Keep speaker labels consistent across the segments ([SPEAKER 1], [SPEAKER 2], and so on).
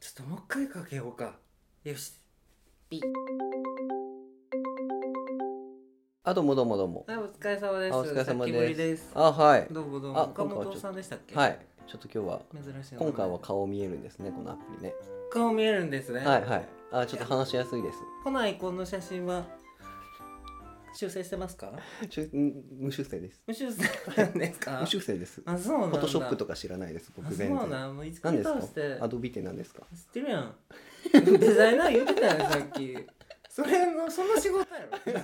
[SPEAKER 1] ちょっともう一回かけようかよし
[SPEAKER 2] あどうもどうもどうも
[SPEAKER 1] はいお疲れ様です
[SPEAKER 2] あお疲れ様です
[SPEAKER 1] 久しぶりです
[SPEAKER 2] あはい
[SPEAKER 1] どうもどう
[SPEAKER 2] あ
[SPEAKER 1] も岡
[SPEAKER 2] 今回はちょっと
[SPEAKER 1] 本さんでしたっけ
[SPEAKER 2] はいちょっと今日は
[SPEAKER 1] 珍しいな
[SPEAKER 2] 今回は顔見えるんですねこのアプリね
[SPEAKER 1] 顔見えるんですね
[SPEAKER 2] はいはいあちょっと話しやすいです
[SPEAKER 1] このアイコンの写真は修正してますか
[SPEAKER 2] ちょん無修正です
[SPEAKER 1] 無修正なんですか
[SPEAKER 2] 無修正です
[SPEAKER 1] あそうなん
[SPEAKER 2] フ
[SPEAKER 1] だ
[SPEAKER 2] ォトショップと
[SPEAKER 1] か
[SPEAKER 2] か知らないです僕
[SPEAKER 1] 僕
[SPEAKER 2] 全
[SPEAKER 1] 全然そう
[SPEAKER 2] 然
[SPEAKER 1] なんもういつか
[SPEAKER 2] 何
[SPEAKER 1] 倒
[SPEAKER 2] です
[SPEAKER 1] して
[SPEAKER 2] かアドビって何ですか
[SPEAKER 1] 知ってるやん デザイナー言ってたよさっきそれのその仕事や ろ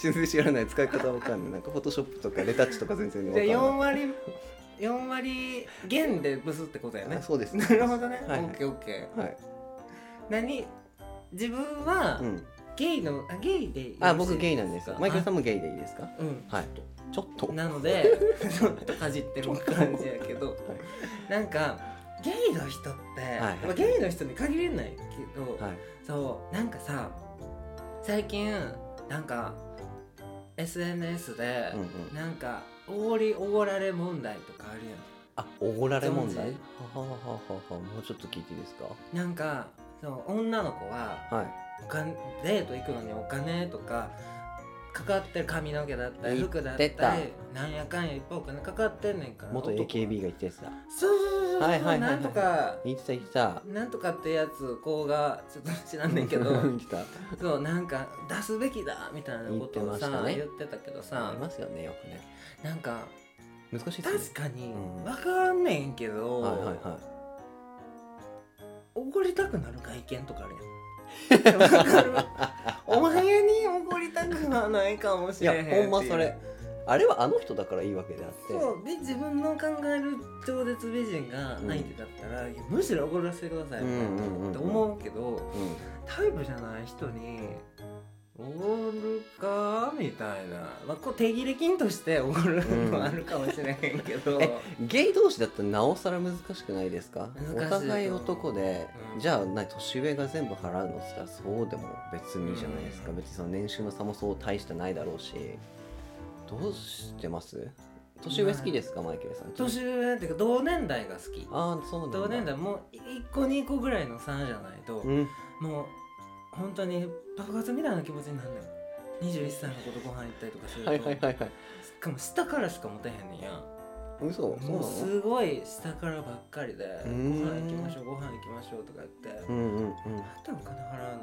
[SPEAKER 2] 全然知らない使い方わかんないなんかフォトショップとかレタッチとか全然わかん
[SPEAKER 1] じ
[SPEAKER 2] な
[SPEAKER 1] ゃあ4
[SPEAKER 2] い
[SPEAKER 1] 割4割減でブスってことやね
[SPEAKER 2] あそうです
[SPEAKER 1] なるほどね、
[SPEAKER 2] はい
[SPEAKER 1] オッケーオッケ
[SPEAKER 2] は
[SPEAKER 1] ー
[SPEAKER 2] い
[SPEAKER 1] 何自分は
[SPEAKER 2] うん
[SPEAKER 1] ゲイの、あゲイでよろしい
[SPEAKER 2] あ僕ゲイなんです
[SPEAKER 1] か
[SPEAKER 2] マイケルさんもゲイでいいですか
[SPEAKER 1] あうん
[SPEAKER 2] はいちょっとは
[SPEAKER 1] なのでちょっとかじってる感じやけどなんかゲイの人って、
[SPEAKER 2] はい
[SPEAKER 1] まあゲイの人に限れないけど、
[SPEAKER 2] いはい
[SPEAKER 1] そうなんかさ最近なんか SNS で
[SPEAKER 2] うん、うん
[SPEAKER 1] なんかおごりおごられ問題とかあるやん
[SPEAKER 2] あおごられ問
[SPEAKER 1] 存
[SPEAKER 2] 題
[SPEAKER 1] じ
[SPEAKER 2] はははははもうちょっと聞いていいですか
[SPEAKER 1] なんかその女の子は
[SPEAKER 2] はい
[SPEAKER 1] お金デート行くのにお金とかかかってる髪の毛だったり
[SPEAKER 2] 言
[SPEAKER 1] 服だっ
[SPEAKER 2] ったて
[SPEAKER 1] り
[SPEAKER 2] た
[SPEAKER 1] なんやかんやいっぱいお金かかってんねんから
[SPEAKER 2] 元
[SPEAKER 1] 男は
[SPEAKER 2] AKB が言ったやつだ
[SPEAKER 1] そうそうそうそう、
[SPEAKER 2] はいはいはいはい
[SPEAKER 1] なんとか
[SPEAKER 2] 言ってた言ってた
[SPEAKER 1] なんとかってやつ子がちょっと知らんねんけど
[SPEAKER 2] 言ってた
[SPEAKER 1] そうなんか出すべきだみたいなことをさ
[SPEAKER 2] 言ってましたね
[SPEAKER 1] 言ってたけど
[SPEAKER 2] あ
[SPEAKER 1] さ
[SPEAKER 2] りますよねよくね
[SPEAKER 1] なんか
[SPEAKER 2] 難しいです
[SPEAKER 1] 確
[SPEAKER 2] ね
[SPEAKER 1] かに
[SPEAKER 2] うん
[SPEAKER 1] 分からんねんけど、
[SPEAKER 2] はいはいはい
[SPEAKER 1] おごりたくなる外見とかあるやん わかるお前におごりたくはないかもしれ
[SPEAKER 2] いや
[SPEAKER 1] へんっていう
[SPEAKER 2] ほんまそれあれはあの人だからいいわけであって
[SPEAKER 1] そうで自分の考える超絶美人が相手だったら、いやむしろおごらせてくださいみたいなって思うけど、
[SPEAKER 2] うん
[SPEAKER 1] タイプじゃない人におごるかみたいな、まあ、こう手切れ金としておごるのはあるかもしれへんけど、
[SPEAKER 2] ん えゲイ同士だったらなおさら難しくないですか
[SPEAKER 1] 難しいと思
[SPEAKER 2] お
[SPEAKER 1] う
[SPEAKER 2] 互い男で、
[SPEAKER 1] うん
[SPEAKER 2] じゃあな年上が全部払うのっつったらそうでも別にじゃないですか、
[SPEAKER 1] うん
[SPEAKER 2] 別にその年収の差もそう大してないだろうしどうしてます年上好きですか、マイケルさん
[SPEAKER 1] 年上っていうか同年代が好き
[SPEAKER 2] ああそうなんだ
[SPEAKER 1] 同年代もう1個2個ぐらいの差じゃないと、
[SPEAKER 2] うん
[SPEAKER 1] もう本当に爆発みたいな気持ちになるのよ21歳の子とご飯行ったりとかすると、
[SPEAKER 2] はいはいはいはい
[SPEAKER 1] しかも下からしか持てへんねんや
[SPEAKER 2] 嘘そうな
[SPEAKER 1] もう
[SPEAKER 2] の
[SPEAKER 1] すごい下からばっかりで「ご
[SPEAKER 2] ん
[SPEAKER 1] 飯行きましょうご飯行きましょう」とか言って
[SPEAKER 2] うんうんうん
[SPEAKER 1] あとお金払わな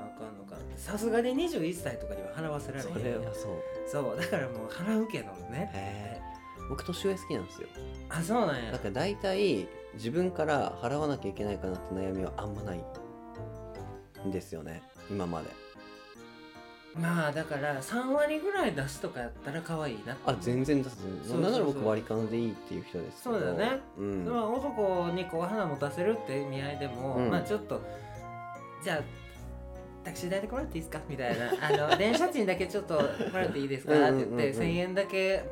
[SPEAKER 1] あかんのかってさすがに21歳とかには払わせられ
[SPEAKER 2] そ
[SPEAKER 1] へ
[SPEAKER 2] れ
[SPEAKER 1] んや
[SPEAKER 2] は
[SPEAKER 1] ん
[SPEAKER 2] そう
[SPEAKER 1] そうだからもう払うけどね
[SPEAKER 2] へえ僕年上好きなんですよ
[SPEAKER 1] あそうなんや
[SPEAKER 2] だから大体自分から払わなきゃいけないかなって悩みはあんまないんですよね今まで
[SPEAKER 1] まあだから3割ぐらい出すとかやったら可愛いなって
[SPEAKER 2] あ全然出す全
[SPEAKER 1] そうそうそう
[SPEAKER 2] 然なんなら僕割り勘でいいっていう人ですけど
[SPEAKER 1] そうだよね
[SPEAKER 2] うん
[SPEAKER 1] それは男にこう花持たせるって意味合いでも、
[SPEAKER 2] うん
[SPEAKER 1] まあちょっとじゃあタクシー代で来られていいですかみたいな「あの電車賃だけちょっともらっていいですか?」って言って
[SPEAKER 2] うんうんうんうん
[SPEAKER 1] 1,000円だけ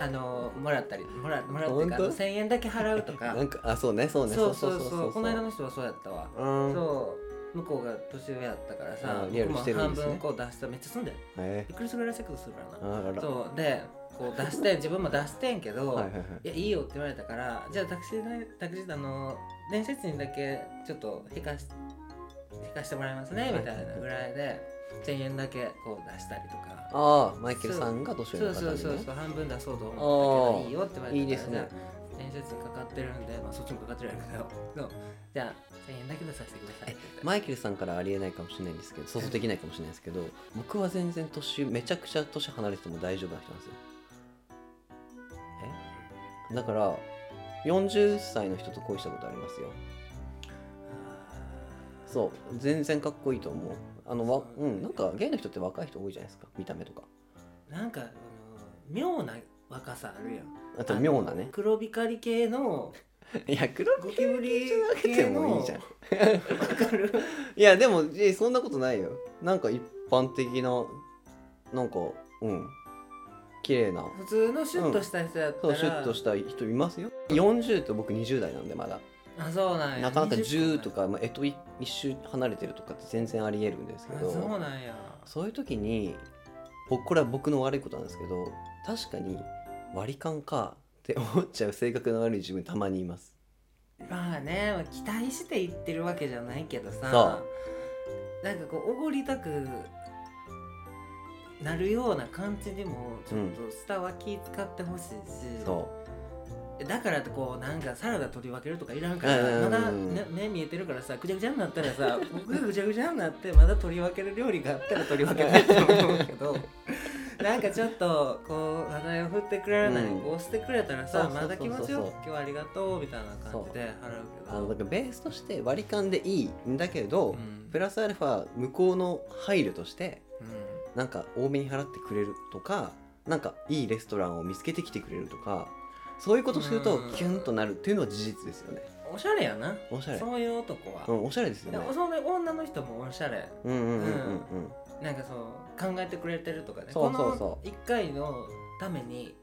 [SPEAKER 1] あのもらったりもらもらうっていうか
[SPEAKER 2] 本当
[SPEAKER 1] 1,000円だけ払うとか
[SPEAKER 2] なんかあそうねそうね
[SPEAKER 1] そうそうそうこの間
[SPEAKER 2] の
[SPEAKER 1] の人はそうやったわ、
[SPEAKER 2] うん
[SPEAKER 1] そう向こうが年上やったからさ
[SPEAKER 2] あリアルしてるんですね
[SPEAKER 1] 僕も半分こう出しためっちゃすんだよ
[SPEAKER 2] へえ
[SPEAKER 1] いくらすぐらいセックスするからな
[SPEAKER 2] あらら
[SPEAKER 1] そうでこう出して自分も出してんけど、
[SPEAKER 2] はい
[SPEAKER 1] い
[SPEAKER 2] はいはい
[SPEAKER 1] やいいよって言われたからじゃあタクシー代タクシー代あの電車賃だけちょっと引かし引かしてもらいますねみたいなぐらいで1000円だけこう出したりとか
[SPEAKER 2] ああマイケルさんが年上
[SPEAKER 1] そ
[SPEAKER 2] の
[SPEAKER 1] う
[SPEAKER 2] 方
[SPEAKER 1] そうそう
[SPEAKER 2] にね
[SPEAKER 1] そう半分出そうと思ったけどいいよって言われたから
[SPEAKER 2] いいです
[SPEAKER 1] じゃ
[SPEAKER 2] ね
[SPEAKER 1] あ電車賃かかってるんで、まあ、そっちもかかってるんやけどそうじゃあ1000円だけ出させてくださいって言って
[SPEAKER 2] マイケルさんからありえないかもしれないんですけど想像できないかもしれないですけど僕は全然年めちゃくちゃ年離れてても大丈夫な人なんですよえだから40歳の人と恋したことありますよそう全然かっこいいと思うあのわ
[SPEAKER 1] そう
[SPEAKER 2] うんなんかゲイの人って若い人多いじゃないですか見た目とか
[SPEAKER 1] なんかあの妙な若さあるやん
[SPEAKER 2] あと妙な
[SPEAKER 1] あの
[SPEAKER 2] ね
[SPEAKER 1] 黒光り系の
[SPEAKER 2] いや黒
[SPEAKER 1] ゴキブリ
[SPEAKER 2] じゃなくて
[SPEAKER 1] 系の
[SPEAKER 2] もいいじゃん
[SPEAKER 1] わかる
[SPEAKER 2] いやでもえそんなことないよなんか一般的ななんかうん綺麗な
[SPEAKER 1] 普通のシュッとした人だった
[SPEAKER 2] そ
[SPEAKER 1] ら、
[SPEAKER 2] うシュッとした人いますよ40と僕20代なんでまだ
[SPEAKER 1] あそうなんや
[SPEAKER 2] なかなか10
[SPEAKER 1] 20
[SPEAKER 2] とか、まあ、えとい一周離れてるとかって全然ありえるんですけ
[SPEAKER 1] あそう
[SPEAKER 2] ど
[SPEAKER 1] なんや
[SPEAKER 2] そういう時に僕これは僕の悪いことなんですけど確かに割り勘かって思っちゃう性格の悪い自分たまにいます
[SPEAKER 1] まあね期待して行ってるわけじゃないけどさ
[SPEAKER 2] そ
[SPEAKER 1] なんかこうおごりたくなるような感じにもちょっとスタは気使ってほしいし、
[SPEAKER 2] そ
[SPEAKER 1] だからってこうなんかサラダ取り分けるとかいらんから
[SPEAKER 2] うんうんう
[SPEAKER 1] ま
[SPEAKER 2] ん
[SPEAKER 1] だ、ね、目見えてるからさぐちゃぐちゃになったら さ僕がぐちゃぐちゃになってまだ取り分ける料理があったら取り分けないと思うけどなんかちょっとこう話題を振ってくれない、
[SPEAKER 2] うん
[SPEAKER 1] こうしてくれたらさ
[SPEAKER 2] そうそう
[SPEAKER 1] ま
[SPEAKER 2] そう
[SPEAKER 1] だ
[SPEAKER 2] そう
[SPEAKER 1] 気持ちよく今日はありがとうみたいな感じで
[SPEAKER 2] うあ
[SPEAKER 1] 払
[SPEAKER 2] の
[SPEAKER 1] う
[SPEAKER 2] だ
[SPEAKER 1] け
[SPEAKER 2] からベースとして割り勘でいいんだけど、
[SPEAKER 1] ど、うん
[SPEAKER 2] プラスアルファ向こうの配慮として
[SPEAKER 1] う
[SPEAKER 2] なんか多めに払ってくれるとかなんかいいレストランを見つけてきてくれるとかそういうことすると
[SPEAKER 1] うん
[SPEAKER 2] キュンとなるっていうのは事実ですよね
[SPEAKER 1] んおしゃれやな
[SPEAKER 2] おしゃれ
[SPEAKER 1] そういう男は、
[SPEAKER 2] うんおしゃれですよ
[SPEAKER 1] で
[SPEAKER 2] ね
[SPEAKER 1] もその女の人もおしゃれ
[SPEAKER 2] うんうんうんうんうん
[SPEAKER 1] なんかそう考えてくれてるとかね
[SPEAKER 2] そうそうそう
[SPEAKER 1] この1回のために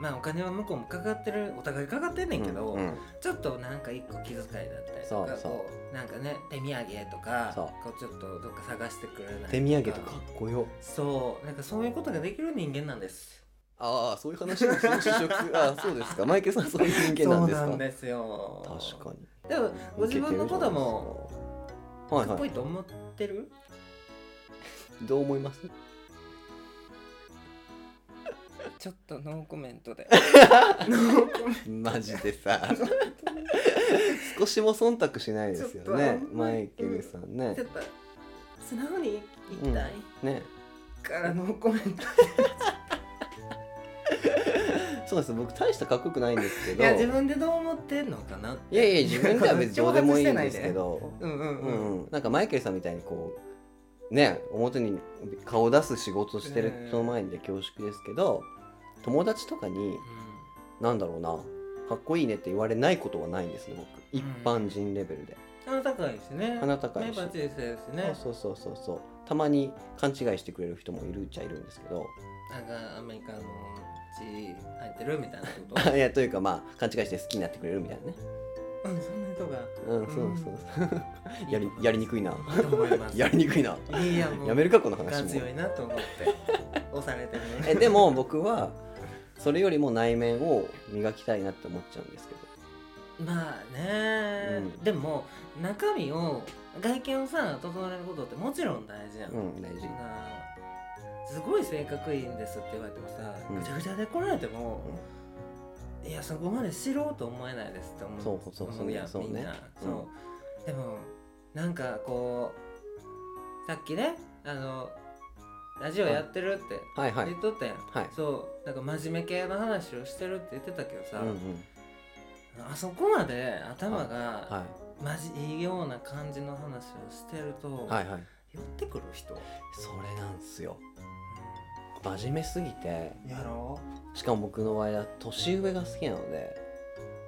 [SPEAKER 1] まあお金は向こうもかかってるお互いかかってんねんけど、
[SPEAKER 2] うんうん
[SPEAKER 1] ちょっとなんか1個気遣いだったりとか
[SPEAKER 2] そうそう
[SPEAKER 1] こうなんかね手土産とか
[SPEAKER 2] そう
[SPEAKER 1] こうちょっとどっか探してくれない
[SPEAKER 2] 手土産とかかっこよ
[SPEAKER 1] そうなんかそういうことができる人間なんです
[SPEAKER 2] ああそういう話をする試食 ああそうですかマイケルさんそういう人間なんです
[SPEAKER 1] そう
[SPEAKER 2] か
[SPEAKER 1] なんですよ
[SPEAKER 2] 確かに
[SPEAKER 1] にでもご自分のことも
[SPEAKER 2] はい
[SPEAKER 1] かっ
[SPEAKER 2] は
[SPEAKER 1] こ
[SPEAKER 2] い
[SPEAKER 1] いいと思ってる、
[SPEAKER 2] どう思います
[SPEAKER 1] ちょっとノーコメントで ノーコメン
[SPEAKER 2] マジで さ少しも忖度しないですよ
[SPEAKER 1] ちょっとあん
[SPEAKER 2] ね
[SPEAKER 1] ま
[SPEAKER 2] マ
[SPEAKER 1] り
[SPEAKER 2] イケルさんね
[SPEAKER 1] トやっぱ素直に言いたい、
[SPEAKER 2] ね
[SPEAKER 1] からのコメン ト
[SPEAKER 2] そうです僕大したかっこよくないんですけ
[SPEAKER 1] い
[SPEAKER 2] ど
[SPEAKER 1] や自分でどう思ってんのかなって
[SPEAKER 2] いやいや自分では別にどうでもいいんですけ ど
[SPEAKER 1] うんうん
[SPEAKER 2] う
[SPEAKER 1] うん、
[SPEAKER 2] んうんなんかマイケルさんみたいにこうね表に顔出す仕事してる人の前で恐縮ですけど友達とかになんだろうなかっこいいねって言われないことはないんですね僕一般人レベルで
[SPEAKER 1] 鼻高いしね
[SPEAKER 2] 鼻高いし
[SPEAKER 1] 目バチリしてるしね
[SPEAKER 2] そうそうそうそうそうたまに勘違いしてくれる人もいるっちゃいるんですけど
[SPEAKER 1] なんかアメリカの血入ってるみたいなこ
[SPEAKER 2] あいやというかまあ勘違いして好きになってくれるみたいなね
[SPEAKER 1] と うんそんな人が
[SPEAKER 2] うんそうそうそうやりやりにくいな
[SPEAKER 1] と思います
[SPEAKER 2] やりにくいない
[SPEAKER 1] やもう
[SPEAKER 2] やめるかこの
[SPEAKER 1] が
[SPEAKER 2] 話も
[SPEAKER 1] 強いなと思って押されてる ね
[SPEAKER 2] えでも僕はそれよりも内面を磨きたいなって思っちゃうんですけど
[SPEAKER 1] まあね、
[SPEAKER 2] うん
[SPEAKER 1] でも中身を外見をさ整えることってもちろん大事やん、
[SPEAKER 2] うん大事
[SPEAKER 1] なすごい性格いいんですって言われてもさ、
[SPEAKER 2] うん
[SPEAKER 1] ぐちゃぐちゃで来られても、いやそこまで知ろうと思えないですって思う
[SPEAKER 2] そうそうそう
[SPEAKER 1] 思やん
[SPEAKER 2] そうね
[SPEAKER 1] みんな、
[SPEAKER 2] うん
[SPEAKER 1] そうでもなんかこうさっきねあのラジオやってるって
[SPEAKER 2] はいはい
[SPEAKER 1] 言っとったやん、
[SPEAKER 2] はい
[SPEAKER 1] そうなんか真面目系の話をしてるって言ってたけど
[SPEAKER 2] う
[SPEAKER 1] さ、
[SPEAKER 2] んうん
[SPEAKER 1] あそこまで頭が
[SPEAKER 2] は
[SPEAKER 1] まじいいような感じの話をしてると、
[SPEAKER 2] いはいはい
[SPEAKER 1] 寄ってくる人、
[SPEAKER 2] それなんですよ真面目すぎて
[SPEAKER 1] やろ
[SPEAKER 2] しかも僕の場合は年上が好きなので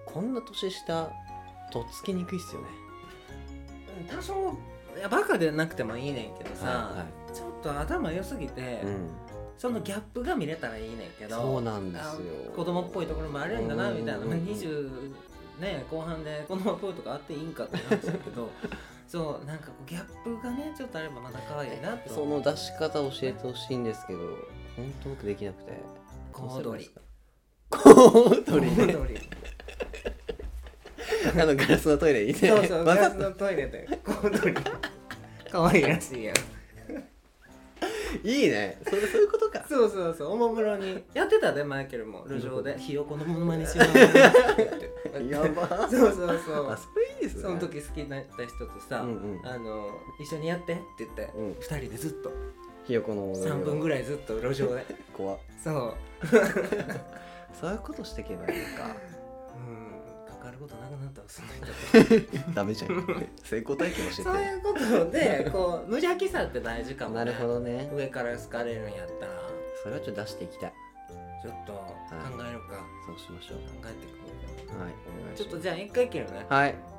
[SPEAKER 2] こんな年下とっつきにくいっすよね
[SPEAKER 1] うん多少いやバカでなくてもいいねんけどさ、
[SPEAKER 2] は
[SPEAKER 1] ちょっと頭良すぎて、
[SPEAKER 2] いはいうん
[SPEAKER 1] そのギャップが見れたらいいねんけど
[SPEAKER 2] そうなんですよ
[SPEAKER 1] あ子供っぽいところもあるんだなみたいな、
[SPEAKER 2] うんうんうん
[SPEAKER 1] 20ね後半で子供っぽいとかあっていいんかって話だけ どそうなんかこうギャップがねちょっとあればまだ可愛いなと
[SPEAKER 2] その出し方教えてほしいんですけど本当僕できなくて
[SPEAKER 1] 小躍り
[SPEAKER 2] 小躍り
[SPEAKER 1] 小
[SPEAKER 2] ね
[SPEAKER 1] 躍り
[SPEAKER 2] あのガラスのトイレにね
[SPEAKER 1] そうそう、ガ
[SPEAKER 2] わざ
[SPEAKER 1] ラ
[SPEAKER 2] と
[SPEAKER 1] スのトイレで、小躍 り。可愛いらしいやん。
[SPEAKER 2] いいねそれそういうことか
[SPEAKER 1] そうそうそう、おもむろに。やってたで、マイケルも、路上で。ひよこのものまねしよう
[SPEAKER 2] やば
[SPEAKER 1] そうそうそ
[SPEAKER 2] あ
[SPEAKER 1] う。
[SPEAKER 2] それいいですね
[SPEAKER 1] その時好きになった人と
[SPEAKER 2] う
[SPEAKER 1] さ、
[SPEAKER 2] んうん
[SPEAKER 1] あの、一緒にやってって言って、
[SPEAKER 2] うん
[SPEAKER 1] 二人でずっと、
[SPEAKER 2] ひよこのも
[SPEAKER 1] 三分ぐ
[SPEAKER 2] らい
[SPEAKER 1] らいずっと路上で。
[SPEAKER 2] 怖っ
[SPEAKER 1] そう。
[SPEAKER 2] そういうことしていけばいいのか
[SPEAKER 1] うん、関わることなくなったわ、その人と。
[SPEAKER 2] ダメじゃん成功体験教
[SPEAKER 1] そう
[SPEAKER 2] え
[SPEAKER 1] いうことで、こう、無邪気さって大事か
[SPEAKER 2] て
[SPEAKER 1] も、
[SPEAKER 2] な
[SPEAKER 1] ね。
[SPEAKER 2] るほどね
[SPEAKER 1] 上から好かれるんやったら、
[SPEAKER 2] それはちょっと出していきたい
[SPEAKER 1] ちょっと考えようか。
[SPEAKER 2] そうしましょ
[SPEAKER 1] 考えていこうか。
[SPEAKER 2] うはいお願い
[SPEAKER 1] ち
[SPEAKER 2] します
[SPEAKER 1] ょっとじゃあ一回切るね。
[SPEAKER 2] はい